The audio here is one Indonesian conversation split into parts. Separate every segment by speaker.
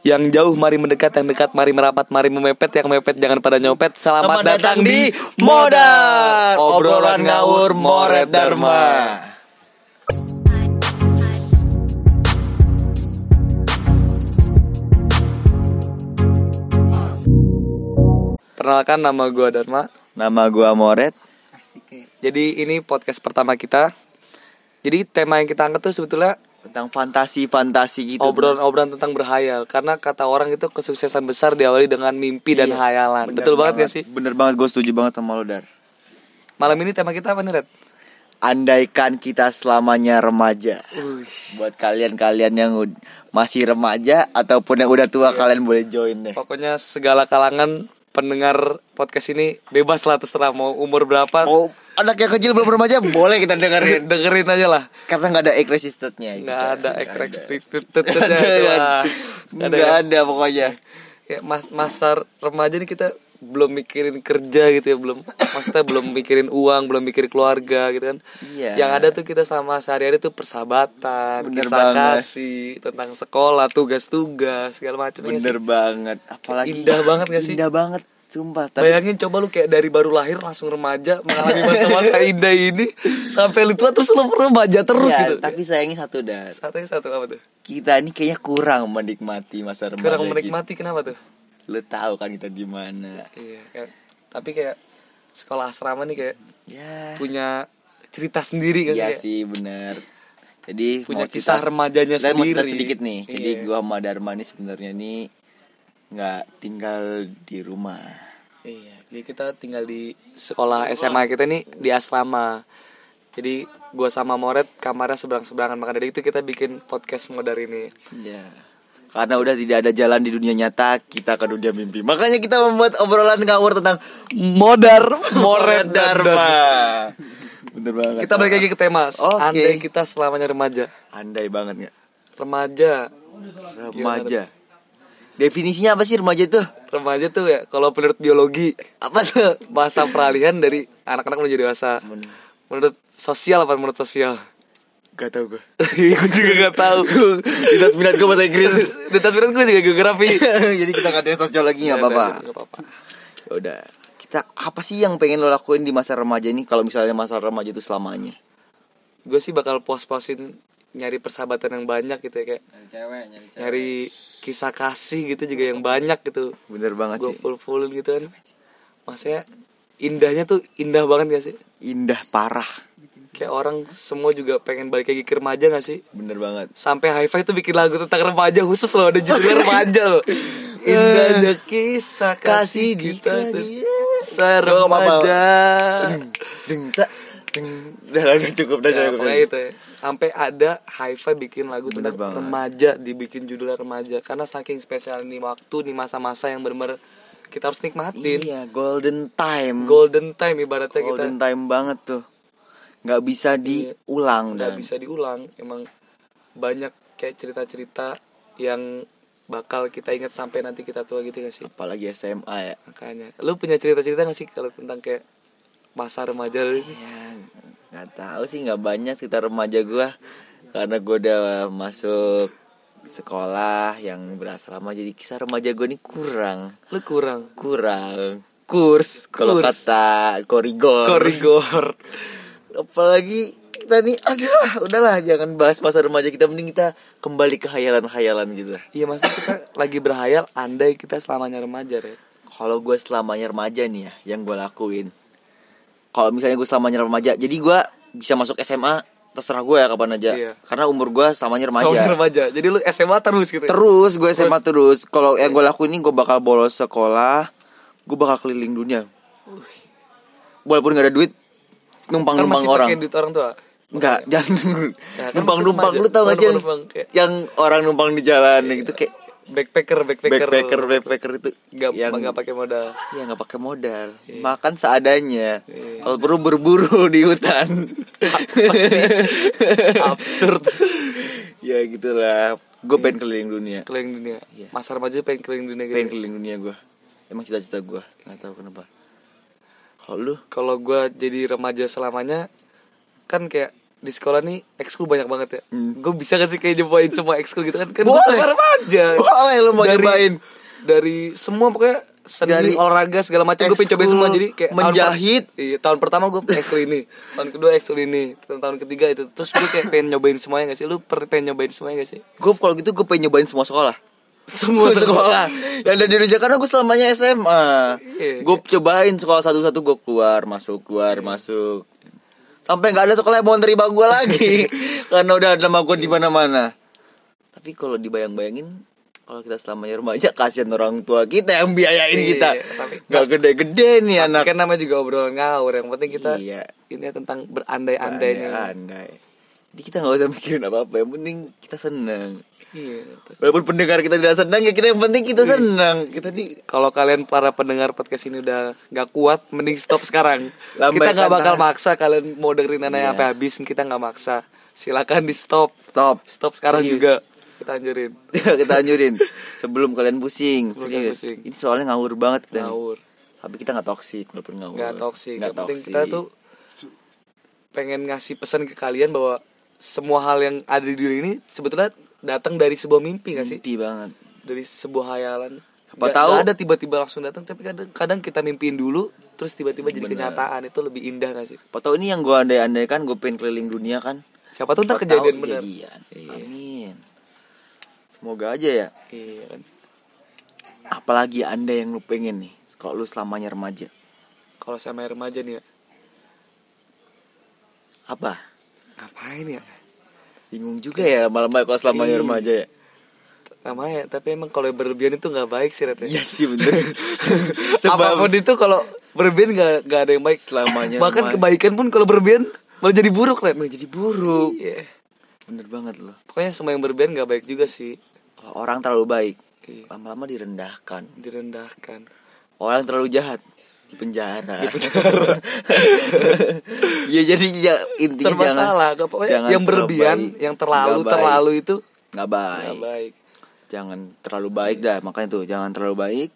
Speaker 1: Yang jauh mari mendekat, yang dekat mari merapat, mari memepet, yang mepet jangan pada nyopet. Selamat, datang, di Modar. Obrolan ngawur Moret Dharma. Perkenalkan nama gua Dharma.
Speaker 2: Nama gua Moret.
Speaker 1: Jadi ini podcast pertama kita. Jadi tema yang kita angkat tuh sebetulnya
Speaker 2: Tentang fantasi-fantasi gitu.
Speaker 1: obrolan-obrolan tentang berhayal karena kata orang itu kesuksesan besar diawali dengan mimpi dan hayalan.
Speaker 2: Bener
Speaker 1: Betul Iya, banget, gak sih?
Speaker 2: Bener banget, gue setuju banget sama lo Dar
Speaker 1: Malam ini tema kita apa nih, Red?
Speaker 2: Andaikan kita selamanya remaja
Speaker 1: Wih,
Speaker 2: Buat kalian-kalian yang ud- masih remaja Ataupun yang udah tua kalian boleh join deh
Speaker 1: pokoknya segala kalangan pendengar podcast ini bebas lah terserah mau umur berapa.
Speaker 2: Mau Oh, anak yang kecil belum remaja boleh kita dengerin
Speaker 1: dengerin aja lah.
Speaker 2: Karena nggak ada egg resistance-nya gitu.
Speaker 1: Nggak ada ekrek
Speaker 2: Nggak ada kan? Nggak ada pokoknya
Speaker 1: ya, mas masa remaja nih kita belum mikirin kerja gitu ya belum maksudnya belum mikirin uang belum mikir keluarga gitu kan
Speaker 2: Iya.
Speaker 1: yang ada tuh kita sama sehari-hari tuh persahabatan
Speaker 2: Bener
Speaker 1: kisah
Speaker 2: banget.
Speaker 1: kasih tentang sekolah tugas-tugas segala macam
Speaker 2: Bener banget Apalagi
Speaker 1: Iya Indah banget nggak sih?
Speaker 2: Indah banget Sumpah Tapi
Speaker 1: bayangin coba lu kayak dari baru lahir langsung remaja mengalami masa-masa indah ini sampai lu tua terus lu remaja terus
Speaker 2: Ya,
Speaker 1: gitu
Speaker 2: Tapi sayangnya satu Dar
Speaker 1: satu satu apa tuh
Speaker 2: kita ini kayaknya kurang menikmati masa remaja
Speaker 1: kurang
Speaker 2: gitu.
Speaker 1: menikmati kenapa tuh
Speaker 2: Lu tahu kan kita di mana.
Speaker 1: iya kayak- tapi kayak sekolah asrama nih kayak
Speaker 2: Ya.
Speaker 1: punya cerita sendiri kan
Speaker 2: Iya
Speaker 1: kayak.
Speaker 2: sih benar. Jadi
Speaker 1: Punya
Speaker 2: mau
Speaker 1: kisah remajanya
Speaker 2: saya mau cerita
Speaker 1: sendiri.
Speaker 2: sedikit nih. Jadi
Speaker 1: Iya.
Speaker 2: gua sama Dharma ini sebenarnya nih nggak tinggal di rumah.
Speaker 1: Iya, jadi kita tinggal di sekolah SMA kita nih di asrama. Jadi gua sama Moret kamarnya seberang-seberangan maka dari itu kita bikin podcast modar ini.
Speaker 2: Ya. Karena udah tidak ada jalan di dunia nyata, kita ke dunia mimpi. Makanya kita membuat obrolan ngawur tentang
Speaker 1: Modar Moret
Speaker 2: Moret
Speaker 1: dan
Speaker 2: Dharma. Bener banget.
Speaker 1: Kita balik lagi ke tema.
Speaker 2: Oke.
Speaker 1: Andai kita selamanya remaja.
Speaker 2: Andai banget nggak?
Speaker 1: Iya, Remaja.
Speaker 2: Remaja. Definisinya apa sih remaja tuh?
Speaker 1: Remaja tuh ya kalau menurut biologi
Speaker 2: Apa tuh?
Speaker 1: masa peralihan dari anak-anak menuju dewasa. Menurut sosial apa menurut sosial?
Speaker 2: Gak tau gue
Speaker 1: Gue juga gak tahu.
Speaker 2: Kita minat gue bahasa Inggris
Speaker 1: Detas minat gue juga geografi.
Speaker 2: Jadi kita katanya sosiologi gak apa-apa
Speaker 1: Nggak apa-apa. Ya
Speaker 2: Udah Kita apa sih yang pengen lo lakuin di masa remaja ini Kalau misalnya masa remaja itu selamanya
Speaker 1: Gue sih bakal pos-posin nyari persahabatan yang banyak gitu ya kayak nyari kisah kasih gitu juga yang banyak gitu.
Speaker 2: Bener banget
Speaker 1: Gue
Speaker 2: Iya sih
Speaker 1: full full gitu kan. Maksudnya indahnya tuh indah banget gak sih?
Speaker 2: Indah parah
Speaker 1: Kayak orang semua juga pengen balik lagi ke remaja gak sih?
Speaker 2: Bener banget
Speaker 1: Sampai high five tuh bikin lagu tentang remaja khusus loh ada judulnya remaja loh.
Speaker 2: Eh,
Speaker 1: Indahnya kisah kasih kita tuh.
Speaker 2: Gua nggak apa-apa.
Speaker 1: Seremaja.
Speaker 2: Deng tak Deng Udah udah cukup Udah
Speaker 1: Ya,
Speaker 2: cukup
Speaker 1: pokoknya itu ya. Sampai ada Haifa bikin lagu
Speaker 2: iya. Bener
Speaker 1: tentang
Speaker 2: banget.
Speaker 1: remaja dibikin judulnya remaja karena saking spesial nih waktu nih masa-masa yang bener-bener kita harus nikmatin.
Speaker 2: Iya golden time
Speaker 1: Golden time ibaratnya
Speaker 2: Golden
Speaker 1: kita Iya.
Speaker 2: time banget tuh Gak bisa diulang
Speaker 1: nggak
Speaker 2: dan
Speaker 1: bisa diulang. Emang banyak kayak cerita-cerita yang bakal kita ingat sampai nanti kita tua gitu gak sih?
Speaker 2: Apalagi SMA ya
Speaker 1: Makanya. Lu punya cerita-cerita gak sih kalau tentang kayak masa remaja lu ini?
Speaker 2: Ya, nggak tahu sih nggak banyak sekitar remaja gua karena gua udah masuk sekolah yang berasrama jadi kisah remaja gua nih kurang
Speaker 1: Lu kurang
Speaker 2: kurang kurs kalau
Speaker 1: Kurs.
Speaker 2: kata korigor
Speaker 1: korigor.
Speaker 2: apalagi kita nih aduh udahlah jangan bahas masa remaja kita mending kita kembali ke hayalan-hayalan gitu
Speaker 1: Iya maksudnya kita lagi berhayal andai kita selamanya remaja, Re.
Speaker 2: kalau gue selamanya remaja nih ya yang gue lakuin kalau misalnya gue selamanya remaja jadi gue bisa masuk SMA terserah gue ya kapan aja
Speaker 1: Iya.
Speaker 2: karena umur gue selamanya remaja
Speaker 1: Selamanya remaja. Jadi lu SMA terus gitu. ya?
Speaker 2: terus gue SMA terus kalau yang gue lakuin ini gue bakal bolos sekolah gue bakal keliling dunia walaupun gak ada duit numpang
Speaker 1: Kan
Speaker 2: numpang
Speaker 1: masih
Speaker 2: orang
Speaker 1: pakai duit orang tua.
Speaker 2: Enggak, jangan
Speaker 1: Ya, kan
Speaker 2: numpang
Speaker 1: masih
Speaker 2: numpang
Speaker 1: remaja.
Speaker 2: lu tau gak sih yang,
Speaker 1: Numpang-numpang, kayak-
Speaker 2: yang orang numpang di jalan gitu kayak
Speaker 1: Backpacker, backpacker.
Speaker 2: backpacker backpacker itu
Speaker 1: Gak,
Speaker 2: Iya, yang
Speaker 1: gak pakai modal.
Speaker 2: Ya nggak pakai modal, makan seadanya.
Speaker 1: Iya.
Speaker 2: Kalau perlu berburu di hutan.
Speaker 1: Apa sih? Absurd.
Speaker 2: ya gitulah. Gue pengen keliling dunia.
Speaker 1: Keliling dunia. Masa remaja pengen keliling dunia gitu.
Speaker 2: Iya. Pengen keliling dunia gue. Emang cita-cita gue. Nggak tahu kenapa. Kalau lu
Speaker 1: Kalau gua jadi remaja selamanya kan kayak di sekolah nih ekskul banyak banget ya.
Speaker 2: Hmm.
Speaker 1: Gue bisa gak sih kayak nyobain semua ekskul gitu kan? Kan gue
Speaker 2: Boleh.
Speaker 1: sama remaja.
Speaker 2: Boleh, lu mau nyobain.
Speaker 1: Dari semua pokoknya seni
Speaker 2: Dari
Speaker 1: olahraga segala macam gue pengen cobain
Speaker 2: ekskul
Speaker 1: semua jadi kayak tahun per-
Speaker 2: menjahit.
Speaker 1: iya, tahun pertama gue ekskul ini, tahun kedua ekskul ini, tahun, tahun ketiga itu. Terus gue kayak pengen nyobain semuanya gak sih? Lu per- pengen nyobain semuanya gak sih?
Speaker 2: Gue kalau gitu gue pengen nyobain semua sekolah.
Speaker 1: Semua
Speaker 2: sekolah. Yang ada di Indonesia karena gue selamanya SMA.
Speaker 1: Iya.
Speaker 2: Gue cobain sekolah satu-satu gue keluar masuk keluar masuk. Sampai nggak ada sekolah yang mau nerima gue lagi karena udah ada nama gue
Speaker 1: Iya.
Speaker 2: di mana-mana. Tapi kalau dibayang-bayangin kalau kita selamanya remaja kasihan orang tua kita yang biayain
Speaker 1: Iya,
Speaker 2: kita.
Speaker 1: tapi-
Speaker 2: Nggak gede-gede nih anak.
Speaker 1: Kan namanya juga obrolan ngawur. Yang penting kita
Speaker 2: Iya.
Speaker 1: ini ya tentang berandai-andai nih.
Speaker 2: Andai. Jadi kita nggak usah mikirin apa-apa yang penting kita seneng.
Speaker 1: Iya.
Speaker 2: Walaupun pendengar kita tidak senang ya kita yang penting kita senang. Kita di
Speaker 1: kalau kalian para pendengar podcast ini udah nggak kuat, mending stop sekarang.
Speaker 2: Lambai
Speaker 1: kita nggak bakal
Speaker 2: tangan.
Speaker 1: maksa kalian mau dengerin Nana
Speaker 2: Iya.
Speaker 1: sampai habis, kita nggak maksa. Silakan di stop,
Speaker 2: stop.
Speaker 1: stop sekarang
Speaker 2: Serius.
Speaker 1: juga. Kita anjurin.
Speaker 2: kita anjurin sebelum kalian pusing
Speaker 1: Sebelum
Speaker 2: serius
Speaker 1: kalian pusing.
Speaker 2: ini soalnya ngawur banget kita nih.
Speaker 1: Ngawur,
Speaker 2: tapi kita nggak toksik walaupun ngawur
Speaker 1: nggak toksik.
Speaker 2: Nggak
Speaker 1: Yang penting
Speaker 2: toksik.
Speaker 1: kita tuh pengen ngasih pesan ke kalian bahwa semua hal yang ada di dunia ini sebetulnya datang dari sebuah mimpi nggak sih?
Speaker 2: mimpi banget
Speaker 1: Dari sebuah hayalan.
Speaker 2: Hmm. Siapa
Speaker 1: Nggak-
Speaker 2: tahu-
Speaker 1: nggak ada tiba-tiba langsung datang, tapi kadang, kadang kita mimpiin dulu, terus tiba-tiba jadi
Speaker 2: Bener.
Speaker 1: kenyataan itu lebih indah nggak sih?
Speaker 2: Apa tahu ini yang gue andai-andai kan gue pengen keliling dunia kan
Speaker 1: Siapa tuh ntar
Speaker 2: Apa tahu
Speaker 1: kejadian bener.
Speaker 2: kejadian.
Speaker 1: Iya.
Speaker 2: amin semoga aja ya
Speaker 1: Iya kan.
Speaker 2: apalagi anda yang lu pengen nih kalau lu selamanya remaja
Speaker 1: Kalau sama remaja nih ya,
Speaker 2: apa
Speaker 1: ngapain ya?
Speaker 2: bingung juga ya lama-lama kalau selamanya
Speaker 1: Iya.
Speaker 2: remaja ya
Speaker 1: Namanya, ya, tapi emang kalau berlebihan itu nggak baik sih Rat.
Speaker 2: iya sih bener
Speaker 1: Apapun
Speaker 2: sebab
Speaker 1: itu kalau berlebihan nggak nggak ada yang baik.
Speaker 2: Selamanya
Speaker 1: Bahkan
Speaker 2: baik.
Speaker 1: kebaikan pun kalau berlebihan malah jadi buruk Rat.
Speaker 2: menjadi buruk
Speaker 1: Iya.
Speaker 2: bener banget loh
Speaker 1: Pokoknya semua yang berlebihan nggak baik juga sih.
Speaker 2: kalau orang terlalu baik
Speaker 1: Iya.
Speaker 2: lama-lama direndahkan
Speaker 1: Direndahkan.
Speaker 2: orang terlalu jahat di penjara ya jadi ya, intinya
Speaker 1: Serba
Speaker 2: jangan
Speaker 1: salah. nggak- Pokoknya
Speaker 2: jangan
Speaker 1: yang
Speaker 2: terlalu
Speaker 1: berlebihan,
Speaker 2: baik.
Speaker 1: yang terlalu
Speaker 2: Nggak baik.
Speaker 1: terlalu itu
Speaker 2: nggak
Speaker 1: nggak
Speaker 2: baik
Speaker 1: baik.
Speaker 2: jangan terlalu baik dah makanya tuh jangan terlalu baik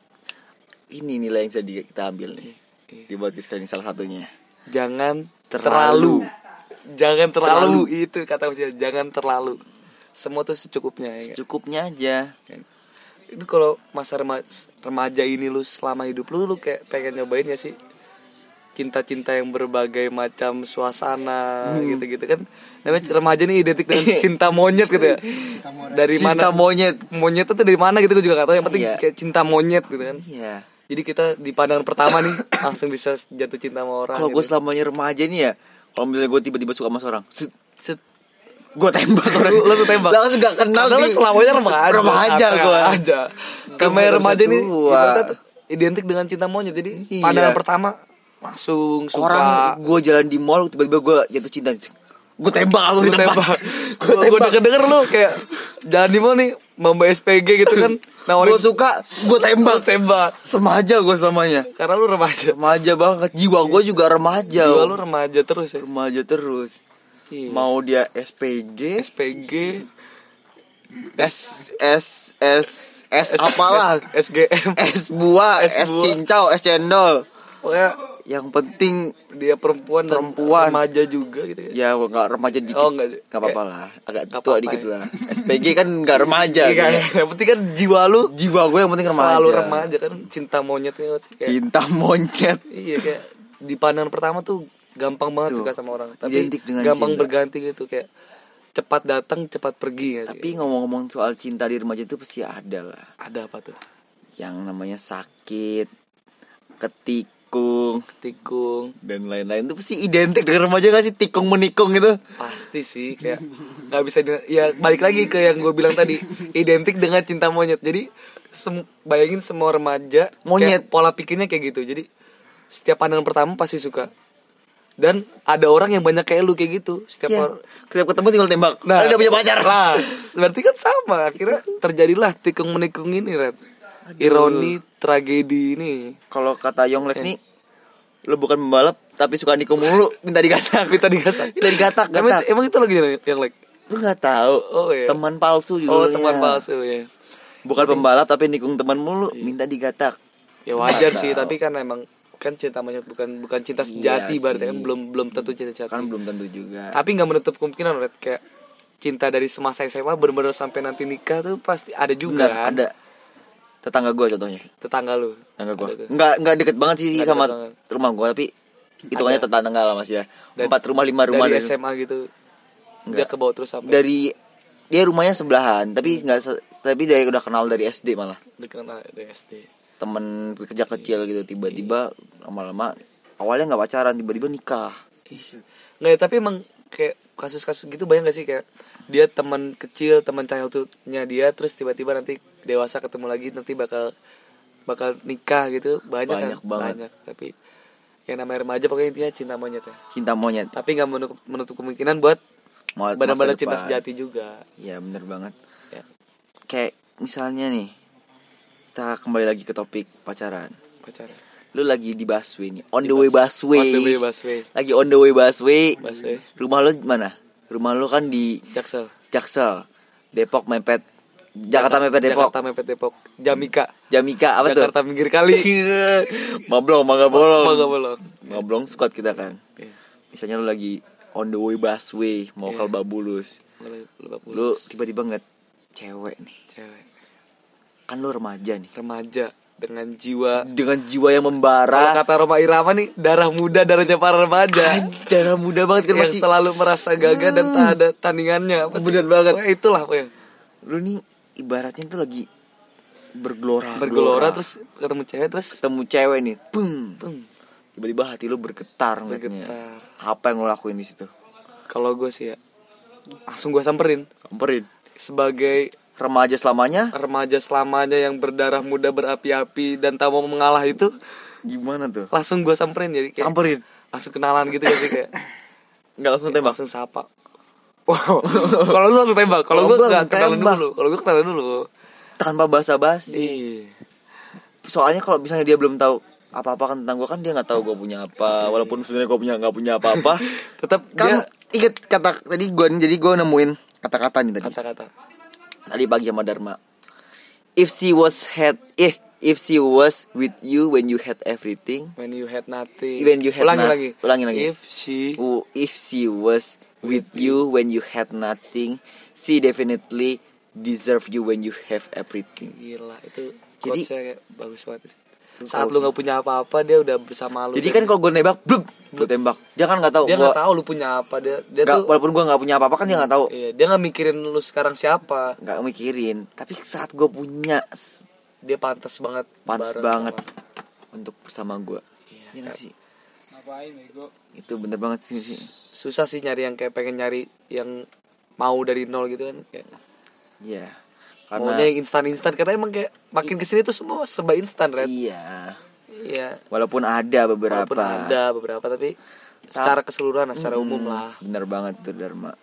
Speaker 2: ini nilai yang bisa di- kita ambil nih
Speaker 1: Iya.
Speaker 2: di podcast kali ini salah satunya
Speaker 1: Jangan
Speaker 2: Terlalu.
Speaker 1: terlalu. Jangan terlalu, itu kata kuncinya. Jangan terlalu. Semua tuh secukupnya ya. nggak?
Speaker 2: secukupnya aja
Speaker 1: itu kalau masa remaja, remaja ini lu selama hidup lu lu kayak pengen nyobain ya sih cinta-cinta yang berbagai macam suasana
Speaker 2: Hmm.
Speaker 1: gitu-gitu kan namanya remaja nih identik dengan cinta monyet gitu ya dari mana
Speaker 2: cinta monyet
Speaker 1: monyet itu dari mana gitu gue juga gak tahu yang penting
Speaker 2: Iya.
Speaker 1: kayak cinta monyet gitu kan
Speaker 2: iya
Speaker 1: jadi kita di pandangan pertama nih langsung bisa jatuh cinta sama orang
Speaker 2: kalau gue
Speaker 1: gitu.
Speaker 2: selamanya remaja nih ya kalau misalnya gue tiba-tiba suka sama seorang set,
Speaker 1: Set.
Speaker 2: gue tembak orang
Speaker 1: Lu- lu tembak?
Speaker 2: langsung gak kenal
Speaker 1: Karena lu
Speaker 2: di-
Speaker 1: selamanya remaja
Speaker 2: remaja
Speaker 1: santai
Speaker 2: gue
Speaker 1: aja
Speaker 2: Kan
Speaker 1: Namanya
Speaker 2: gak
Speaker 1: remaja
Speaker 2: bisa
Speaker 1: nih
Speaker 2: tua.
Speaker 1: ibaratnya tuh identik dengan cinta monyet jadi
Speaker 2: Iya.
Speaker 1: pandangan pertama langsung suka
Speaker 2: orang gue jalan di mall tiba-tiba gue jatuh cinta gue tembak langsung
Speaker 1: gue
Speaker 2: di tempat
Speaker 1: tembak
Speaker 2: gue
Speaker 1: gue
Speaker 2: tembak
Speaker 1: denger denger lu kayak jalan di mana nih Mbak SPG gitu kan nawarin
Speaker 2: gue suka gue tembak
Speaker 1: Lu tembak
Speaker 2: remaja gue selamanya
Speaker 1: karena lu remaja
Speaker 2: remaja banget jiwa gue juga remaja
Speaker 1: jiwa lu remaja terus ya
Speaker 2: remaja terus
Speaker 1: Iya.
Speaker 2: mau dia SPG
Speaker 1: SPG
Speaker 2: S S S S apalah Eh.
Speaker 1: S- SGM
Speaker 2: S buah
Speaker 1: S
Speaker 2: S
Speaker 1: buah.
Speaker 2: cincau S cendol
Speaker 1: pokoknya
Speaker 2: yang penting
Speaker 1: dia perempuan dan
Speaker 2: Perempuan.
Speaker 1: remaja juga gitu ya
Speaker 2: ya nggak remaja dikit
Speaker 1: Oh, nggak sih.
Speaker 2: Nggak apa-apa lah agak
Speaker 1: Nggak
Speaker 2: tua
Speaker 1: apa-apa
Speaker 2: dikit
Speaker 1: ya.
Speaker 2: lah SPG kan nggak remaja
Speaker 1: Iya,
Speaker 2: kan.
Speaker 1: yang penting kan jiwa lu
Speaker 2: jiwa gue yang penting remaja
Speaker 1: selalu remaja kan cinta monyetnya kayak,
Speaker 2: cinta monyet
Speaker 1: iya kayak di pandangan pertama tuh gampang banget
Speaker 2: Tuh,
Speaker 1: suka sama orang tapi
Speaker 2: identik dengan
Speaker 1: gampang
Speaker 2: cinta.
Speaker 1: berganti gitu kayak cepat datang cepat pergi ya
Speaker 2: tapi ngomong-ngomong soal cinta di remaja itu pasti ada lah
Speaker 1: ada apa tuh
Speaker 2: yang namanya sakit ketikung
Speaker 1: tikung
Speaker 2: dan lain-lain itu pasti identik dengan remaja gak sih tikung menikung gitu
Speaker 1: pasti sih kayak nggak bisa di- ya balik lagi ke yang gue bilang tadi identik dengan cinta monyet jadi sem- bayangin semua remaja kayak
Speaker 2: Monyet.
Speaker 1: pola pikirnya kayak gitu jadi setiap pandangan pertama pasti suka dan ada orang yang banyak kayak lu kayak gitu setiap
Speaker 2: Iya.
Speaker 1: orang
Speaker 2: setiap ketemu tinggal tembak nah, udah punya pacar
Speaker 1: Lah, berarti kan sama. Akhirnya terjadilah tikung menikung ini, Red. Ironi tragedi ini.
Speaker 2: kalau kata Yonglek nih lo bukan pembalap tapi suka nikung mulu minta digasak
Speaker 1: Kita digasak.
Speaker 2: Kita digatak,
Speaker 1: Emang,
Speaker 2: gatak.
Speaker 1: emang itu lagi yang- yang like.
Speaker 2: lu nggak tahu
Speaker 1: Oh, iya.
Speaker 2: teman palsu
Speaker 1: Oh,
Speaker 2: juga
Speaker 1: teman palsu Iya. ya.
Speaker 2: bukan pembalap tapi nikung teman mulu minta digatak
Speaker 1: Ya wajar
Speaker 2: Nggak
Speaker 1: sih,
Speaker 2: tahu.
Speaker 1: tapi kan emang kan cinta monyet bukan bukan cinta sejati
Speaker 2: Iya
Speaker 1: berarti
Speaker 2: sih.
Speaker 1: kan belum belum tentu cinta sejati.
Speaker 2: kan belum tentu juga
Speaker 1: Tapi nggak menutup kemungkinan Red kayak cinta dari semasa SMA bener-bener sampai nanti nikah tuh pasti ada juga
Speaker 2: Benar,
Speaker 1: kan?
Speaker 2: ada tetangga gue contohnya
Speaker 1: tetangga lu.
Speaker 2: tetangga gue
Speaker 1: Ada tuh.
Speaker 2: nggak nggak deket banget sih
Speaker 1: Nggak
Speaker 2: sama
Speaker 1: deket banget.
Speaker 2: rumah gue tapi hitungannya tetangga lah mas ya empat rumah lima rumah
Speaker 1: dari
Speaker 2: dari-
Speaker 1: SMA gitu. Dia ke
Speaker 2: Nggak.
Speaker 1: bawah terus sampai
Speaker 2: dari dia rumahnya sebelahan tapi
Speaker 1: Hmm.
Speaker 2: nggak se- tapi dia udah kenal dari SD malah
Speaker 1: udah kenal dari SD.
Speaker 2: temen kerja kecil gitu tiba-tiba
Speaker 1: Iya.
Speaker 2: lama-lama awalnya nggak pacaran tiba-tiba nikah
Speaker 1: Nggak ya, tapi emang kayak kasus-kasus gitu banyak gak sih kayak dia teman kecil teman childhoodnya dia terus tiba-tiba nanti dewasa ketemu lagi nanti bakal bakal nikah gitu banyak,
Speaker 2: Banyak
Speaker 1: kan?
Speaker 2: banget.
Speaker 1: banyak tapi yang namanya remaja pokoknya intinya cinta monyet ya
Speaker 2: cinta monyet
Speaker 1: tapi nggak menutup, menutup kemungkinan buat
Speaker 2: Mau- masa
Speaker 1: benar-benar cinta
Speaker 2: depan.
Speaker 1: sejati juga
Speaker 2: Iya bener banget
Speaker 1: ya.
Speaker 2: kayak misalnya nih kita kembali lagi ke topik pacaran
Speaker 1: pacaran
Speaker 2: lu lagi di busway nih on the way busway
Speaker 1: On the way busway
Speaker 2: lagi on the way busway
Speaker 1: busway
Speaker 2: rumah lu mana rumah lu kan di
Speaker 1: Jaksel
Speaker 2: Jaksel Depok mepet Jakarta mepet Depok
Speaker 1: Jakarta mepet Depok Jamika
Speaker 2: Jamika apa tuh Iya.
Speaker 1: Jakarta pinggir kali
Speaker 2: Mablong, Mangga Bolong.
Speaker 1: Mangga Bolong.
Speaker 2: Mablong squad kita kan.
Speaker 1: Iya.
Speaker 2: Misalnya lu lagi on the way busway mau ke Lebak Bulus.
Speaker 1: Lu- lu bakul.
Speaker 2: Lu tiba-tiba ngeliat cewek nih.
Speaker 1: cewek
Speaker 2: Kan lu remaja nih.
Speaker 1: remaja dengan jiwa
Speaker 2: Dengan jiwa yang
Speaker 1: Kalau
Speaker 2: membara,
Speaker 1: kata Roma Irama nih darah muda darahnya para remaja
Speaker 2: darah muda banget kan
Speaker 1: yang
Speaker 2: masih.
Speaker 1: selalu merasa gagal dan tak ada tandingannya Apa sih?
Speaker 2: Bener banget.
Speaker 1: Pokoknya itulah pokoknya
Speaker 2: Lu nih ibaratnya tuh lagi bergelora.
Speaker 1: bergelora terus ketemu cewek terus
Speaker 2: ketemu cewek nih. Pum.
Speaker 1: pum,
Speaker 2: Tiba-tiba hati lu bergetar ngeliatnya.
Speaker 1: Bergetar.
Speaker 2: Apa yang lu lakuin di situ?
Speaker 1: kalau gue sih ya langsung gue samperin
Speaker 2: Samperin.
Speaker 1: sebagai
Speaker 2: Remaja selamanya
Speaker 1: remaja selamanya yang berdarah muda berapi-api dan tak mau mengalah itu
Speaker 2: gimana tuh?
Speaker 1: langsung gue samperin jadi kayak
Speaker 2: Samperin.
Speaker 1: langsung kenalan gitu kan sih kayak
Speaker 2: Nggak langsung tembak.
Speaker 1: langsung sapa Wow. kalau lu langsung tembak kalau
Speaker 2: Kalau
Speaker 1: gue
Speaker 2: gua
Speaker 1: nggak
Speaker 2: langsung
Speaker 1: kenalan
Speaker 2: tembak.
Speaker 1: dulu kalau gue kenalan dulu
Speaker 2: Tanpa basa-basi. Iya.
Speaker 1: Ih.
Speaker 2: soalnya kalau misalnya dia belum tahu apa-apa kan tentang gue kan dia nggak tahu gue punya apa walaupun sebenarnya gue punya nggak punya apa-apa
Speaker 1: tetap dia
Speaker 2: kan inget kata tadi gue jadi gue nemuin kata-kata nih tadi
Speaker 1: kata-kata
Speaker 2: tadi pagi sama Dharma if she was had eh if she was with you when you had everything
Speaker 1: when you had nothing
Speaker 2: When you had
Speaker 1: ulangi
Speaker 2: na-
Speaker 1: lagi
Speaker 2: ulangi lagi.
Speaker 1: if she
Speaker 2: who if she was with you when you had nothing she definitely deserve you when you have everything
Speaker 1: gila itu
Speaker 2: Jadi-
Speaker 1: quotesnya kayak bagus banget
Speaker 2: Itu
Speaker 1: saat lu nggak punya apa-apa dia udah bersama lu
Speaker 2: jadi kan kalau gue nembak blub gue tembak dia kan nggak tahu
Speaker 1: dia
Speaker 2: gua-
Speaker 1: nggak tahu lu punya apa dia dia
Speaker 2: nggak-
Speaker 1: tuh
Speaker 2: walaupun gue nggak punya apa-apa kan dia nggak tahu
Speaker 1: iya, dia nggak mikirin lu sekarang siapa
Speaker 2: nggak mikirin tapi saat gue punya s-
Speaker 1: dia pantas banget
Speaker 2: pantas
Speaker 1: bareng
Speaker 2: banget
Speaker 1: sama-
Speaker 2: untuk bersama gue
Speaker 1: Iya,
Speaker 2: ya nggak sih
Speaker 3: Ngapain bego?
Speaker 2: itu bener banget sih sih
Speaker 1: susah sih nyari yang kayak pengen nyari yang mau dari nol gitu kan kayak
Speaker 2: ya
Speaker 1: maunya
Speaker 2: karena
Speaker 1: yang instan instan karena emang kayak makin kesini tuh semua serba instan red
Speaker 2: iya
Speaker 1: iya
Speaker 2: walaupun ada beberapa
Speaker 1: walaupun ada beberapa tapi secara keseluruhan nah, secara umum
Speaker 2: Hmm,
Speaker 1: lah
Speaker 2: bener banget tuh Dharma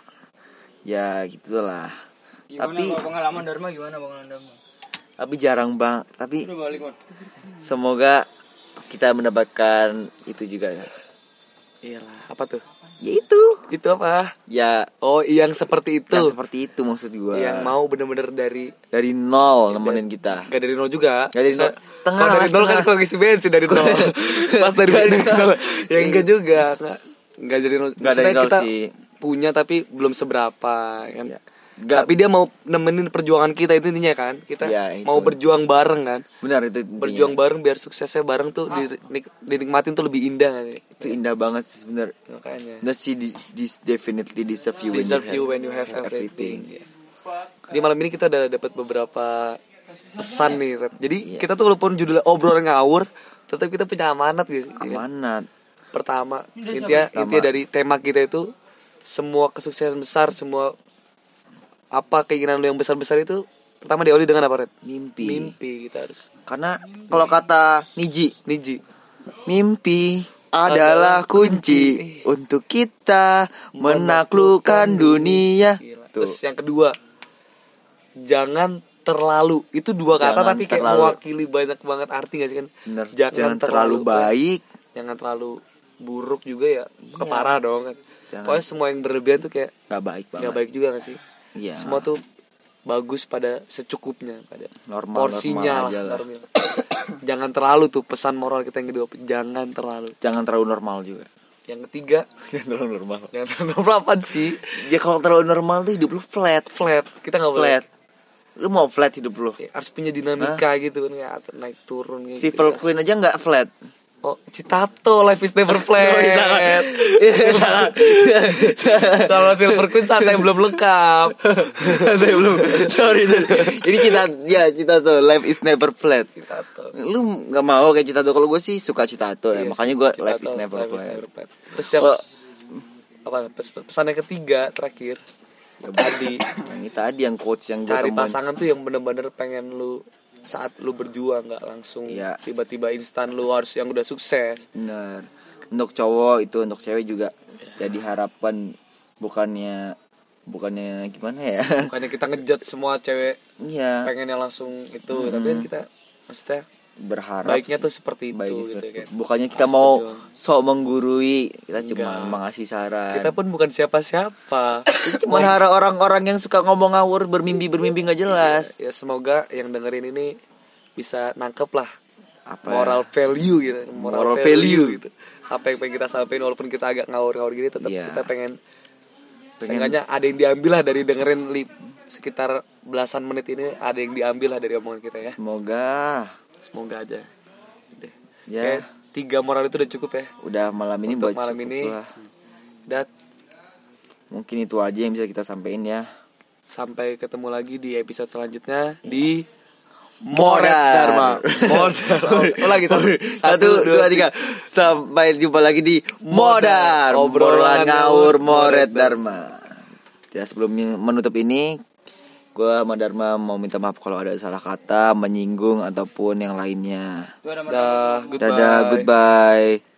Speaker 2: ya gitulah
Speaker 3: Gimana
Speaker 2: Tapi-
Speaker 3: kalau pengalaman Dharma gimana pengalaman Dharma?
Speaker 2: tapi jarang banget tapi
Speaker 3: Udah balik Mat.
Speaker 2: semoga kita mendapatkan itu juga ya
Speaker 1: iyalah apa tuh
Speaker 2: Ya itu
Speaker 1: itu apa
Speaker 2: ya
Speaker 1: oh yang seperti itu
Speaker 2: yang
Speaker 1: yang,
Speaker 2: seperti itu maksud gue
Speaker 1: mau bener-bener dari
Speaker 2: dari nol nemenin kita
Speaker 1: gak dari nol juga
Speaker 2: Nggak dari nol. Setengah
Speaker 1: kalau
Speaker 2: lah,
Speaker 1: dari nol kan
Speaker 2: setengah.
Speaker 1: kalau ngisi bensin dari nol pas dari
Speaker 2: Dari
Speaker 1: dari nol
Speaker 2: nol.
Speaker 1: ya enggak juga nggak nggak dari nol
Speaker 2: Nggak dari
Speaker 1: Maksudnya
Speaker 2: nol
Speaker 1: kita
Speaker 2: sih.
Speaker 1: punya tapi belum seberapa kan
Speaker 2: Iya. Nggak-
Speaker 1: tapi dia mau nemenin perjuangan kita itu intinya kan kita
Speaker 2: Iya, itu.
Speaker 1: mau berjuang bareng kan
Speaker 2: benar itu intinya.
Speaker 1: berjuang bareng biar suksesnya bareng
Speaker 2: Ah.
Speaker 1: tuh dinik- dinikmatin tuh lebih indah kan sih?
Speaker 2: itu indah banget sih bener
Speaker 1: makanya
Speaker 2: Nah she de- this definitely deserve you when
Speaker 1: deserve you
Speaker 2: you, have,
Speaker 1: when you have everything. Iya. Di malam ini kita udah dapat beberapa pesan nih, Rep. Jadi
Speaker 2: Iya.
Speaker 1: kita tuh walaupun judulnya obrolan ngawur, tetap kita punya amanat gitu. sih.
Speaker 2: Amanat.
Speaker 1: Pertama, intinya intinya dari tema kita itu semua kesuksesan besar, semua apa keinginan lu yang besar-besar itu pertama diawali dengan apa, Red?
Speaker 2: Mimpi.
Speaker 1: Mimpi kita harus
Speaker 2: Karena kalau kata Niji,
Speaker 1: niji.
Speaker 2: mimpi adalah kunci untuk kita menaklukkan dunia.
Speaker 1: Terus
Speaker 2: Tuh.
Speaker 1: yang kedua, jangan terlalu itu dua kata
Speaker 2: Jangan
Speaker 1: tapi kayak
Speaker 2: terlalu.
Speaker 1: mewakili banyak banget arti gak sih kan?
Speaker 2: Bener. Jangan, terlalu baik.
Speaker 1: jangan terlalu buruk juga ya, keparah dong kan.
Speaker 2: Jangan.
Speaker 1: Pokoknya semua yang berlebihan tuh kayak
Speaker 2: Gak baik banget.
Speaker 1: nggak baik juga gak sih?
Speaker 2: Iya.
Speaker 1: Semua tuh bagus pada secukupnya pada
Speaker 2: Normal, normal
Speaker 1: porsinya
Speaker 2: aja lah.
Speaker 1: lah, normal. jangan terlalu tuh pesan moral kita yang kedua jangan terlalu
Speaker 2: Jangan terlalu normal juga.
Speaker 1: yang ketiga
Speaker 2: Jangan terlalu normal.
Speaker 1: jangan terlalu berapa sih
Speaker 2: Ya kalau terlalu normal tuh hidup lu flat,
Speaker 1: flat kita nggak boleh
Speaker 2: flat. Lu mau flat hidup lu.
Speaker 1: Ya, harus punya dinamika gitu kan kayak at- naik turun kayak gitu.
Speaker 2: Civil Queen aja nggak flat.
Speaker 1: oh Citato life is never flat
Speaker 2: Oh, sangat. Iya, sangat.
Speaker 1: kalau Silver Queen santai belum lengkap
Speaker 2: Saya belum. Sorry, sorry. Ini kita ya cita tuh life is never flat.
Speaker 1: Citato
Speaker 2: Lu nggak mau kayak cita tuh kalau gue sih suka cita tuh ya.
Speaker 1: Iya,
Speaker 2: Makanya gue
Speaker 1: Citato,
Speaker 2: life is never
Speaker 1: Life is
Speaker 2: flat.
Speaker 1: Never Flat. terus siapa
Speaker 2: Oh.
Speaker 1: apa pes- pesan yang ketiga terakhir tadi
Speaker 2: Yang itu Nah, tadi yang coach yang gue
Speaker 1: cari
Speaker 2: temuin.
Speaker 1: pasangan tuh yang bener-bener pengen lu saat lu berjuang nggak langsung
Speaker 2: Iya.
Speaker 1: tiba-tiba instan lu harus yang udah sukses
Speaker 2: Bener. Untuk cowok itu untuk cewek juga. Jadi harapan bukannya bukannya gimana ya?
Speaker 1: bukannya kita ngejat semua cewek
Speaker 2: Iya.
Speaker 1: pengennya langsung itu tapi
Speaker 2: Hmm.
Speaker 1: kan kita maksudnya
Speaker 2: Berharap.
Speaker 1: baiknya
Speaker 2: sih.
Speaker 1: tuh seperti itu
Speaker 2: Baiknya
Speaker 1: gitu
Speaker 2: seperti
Speaker 1: kan
Speaker 2: itu. Bukannya kita
Speaker 1: Harus
Speaker 2: mau
Speaker 1: berjuang.
Speaker 2: sok menggurui, kita cuma
Speaker 1: Enggak.
Speaker 2: mengasih saran.
Speaker 1: kita pun bukan siapa-siapa
Speaker 2: cuma hara orang-orang yang suka ngomong ngawur bermimpi
Speaker 1: Iya.
Speaker 2: bermimpi nggak jelas
Speaker 1: ya semoga yang dengerin ini bisa nangkep lah
Speaker 2: Apa?
Speaker 1: moral value gitu
Speaker 2: Moral value.
Speaker 1: gitu apa yang pengen kita sampaikan walaupun kita agak ngawur-ngawur gini tetap
Speaker 2: Iya.
Speaker 1: kita pengen,
Speaker 2: Pengen-
Speaker 1: seenggaknya ada yang diambil lah dari dengerin li- sekitar belasan menit ini ada yang diambil lah dari omongan kita ya
Speaker 2: semoga
Speaker 1: semoga aja Udah.
Speaker 2: Ya.
Speaker 1: Kayak tiga moral itu udah cukup ya
Speaker 2: udah malam ini
Speaker 1: Untuk
Speaker 2: buat
Speaker 1: malam
Speaker 2: cukup
Speaker 1: ini.
Speaker 2: lah.
Speaker 1: dan
Speaker 2: mungkin itu aja yang bisa kita sampaikan ya
Speaker 1: sampai ketemu lagi di episode selanjutnya di
Speaker 2: Modar.
Speaker 1: Moret Dharma. Modar. Oh, lagi satu,
Speaker 2: satu dua tiga sampai jumpa lagi di modar
Speaker 1: Modar.
Speaker 2: obrolan
Speaker 1: Obrolan
Speaker 2: ngawur
Speaker 1: ngawur,
Speaker 2: moret
Speaker 1: Moret
Speaker 2: dharma ya sebelum menutup ini gue sama Dharma mau minta maaf kalau ada salah kata menyinggung ataupun yang lainnya
Speaker 3: Itu ada
Speaker 1: Dah, goodbye.
Speaker 2: dadah goodbye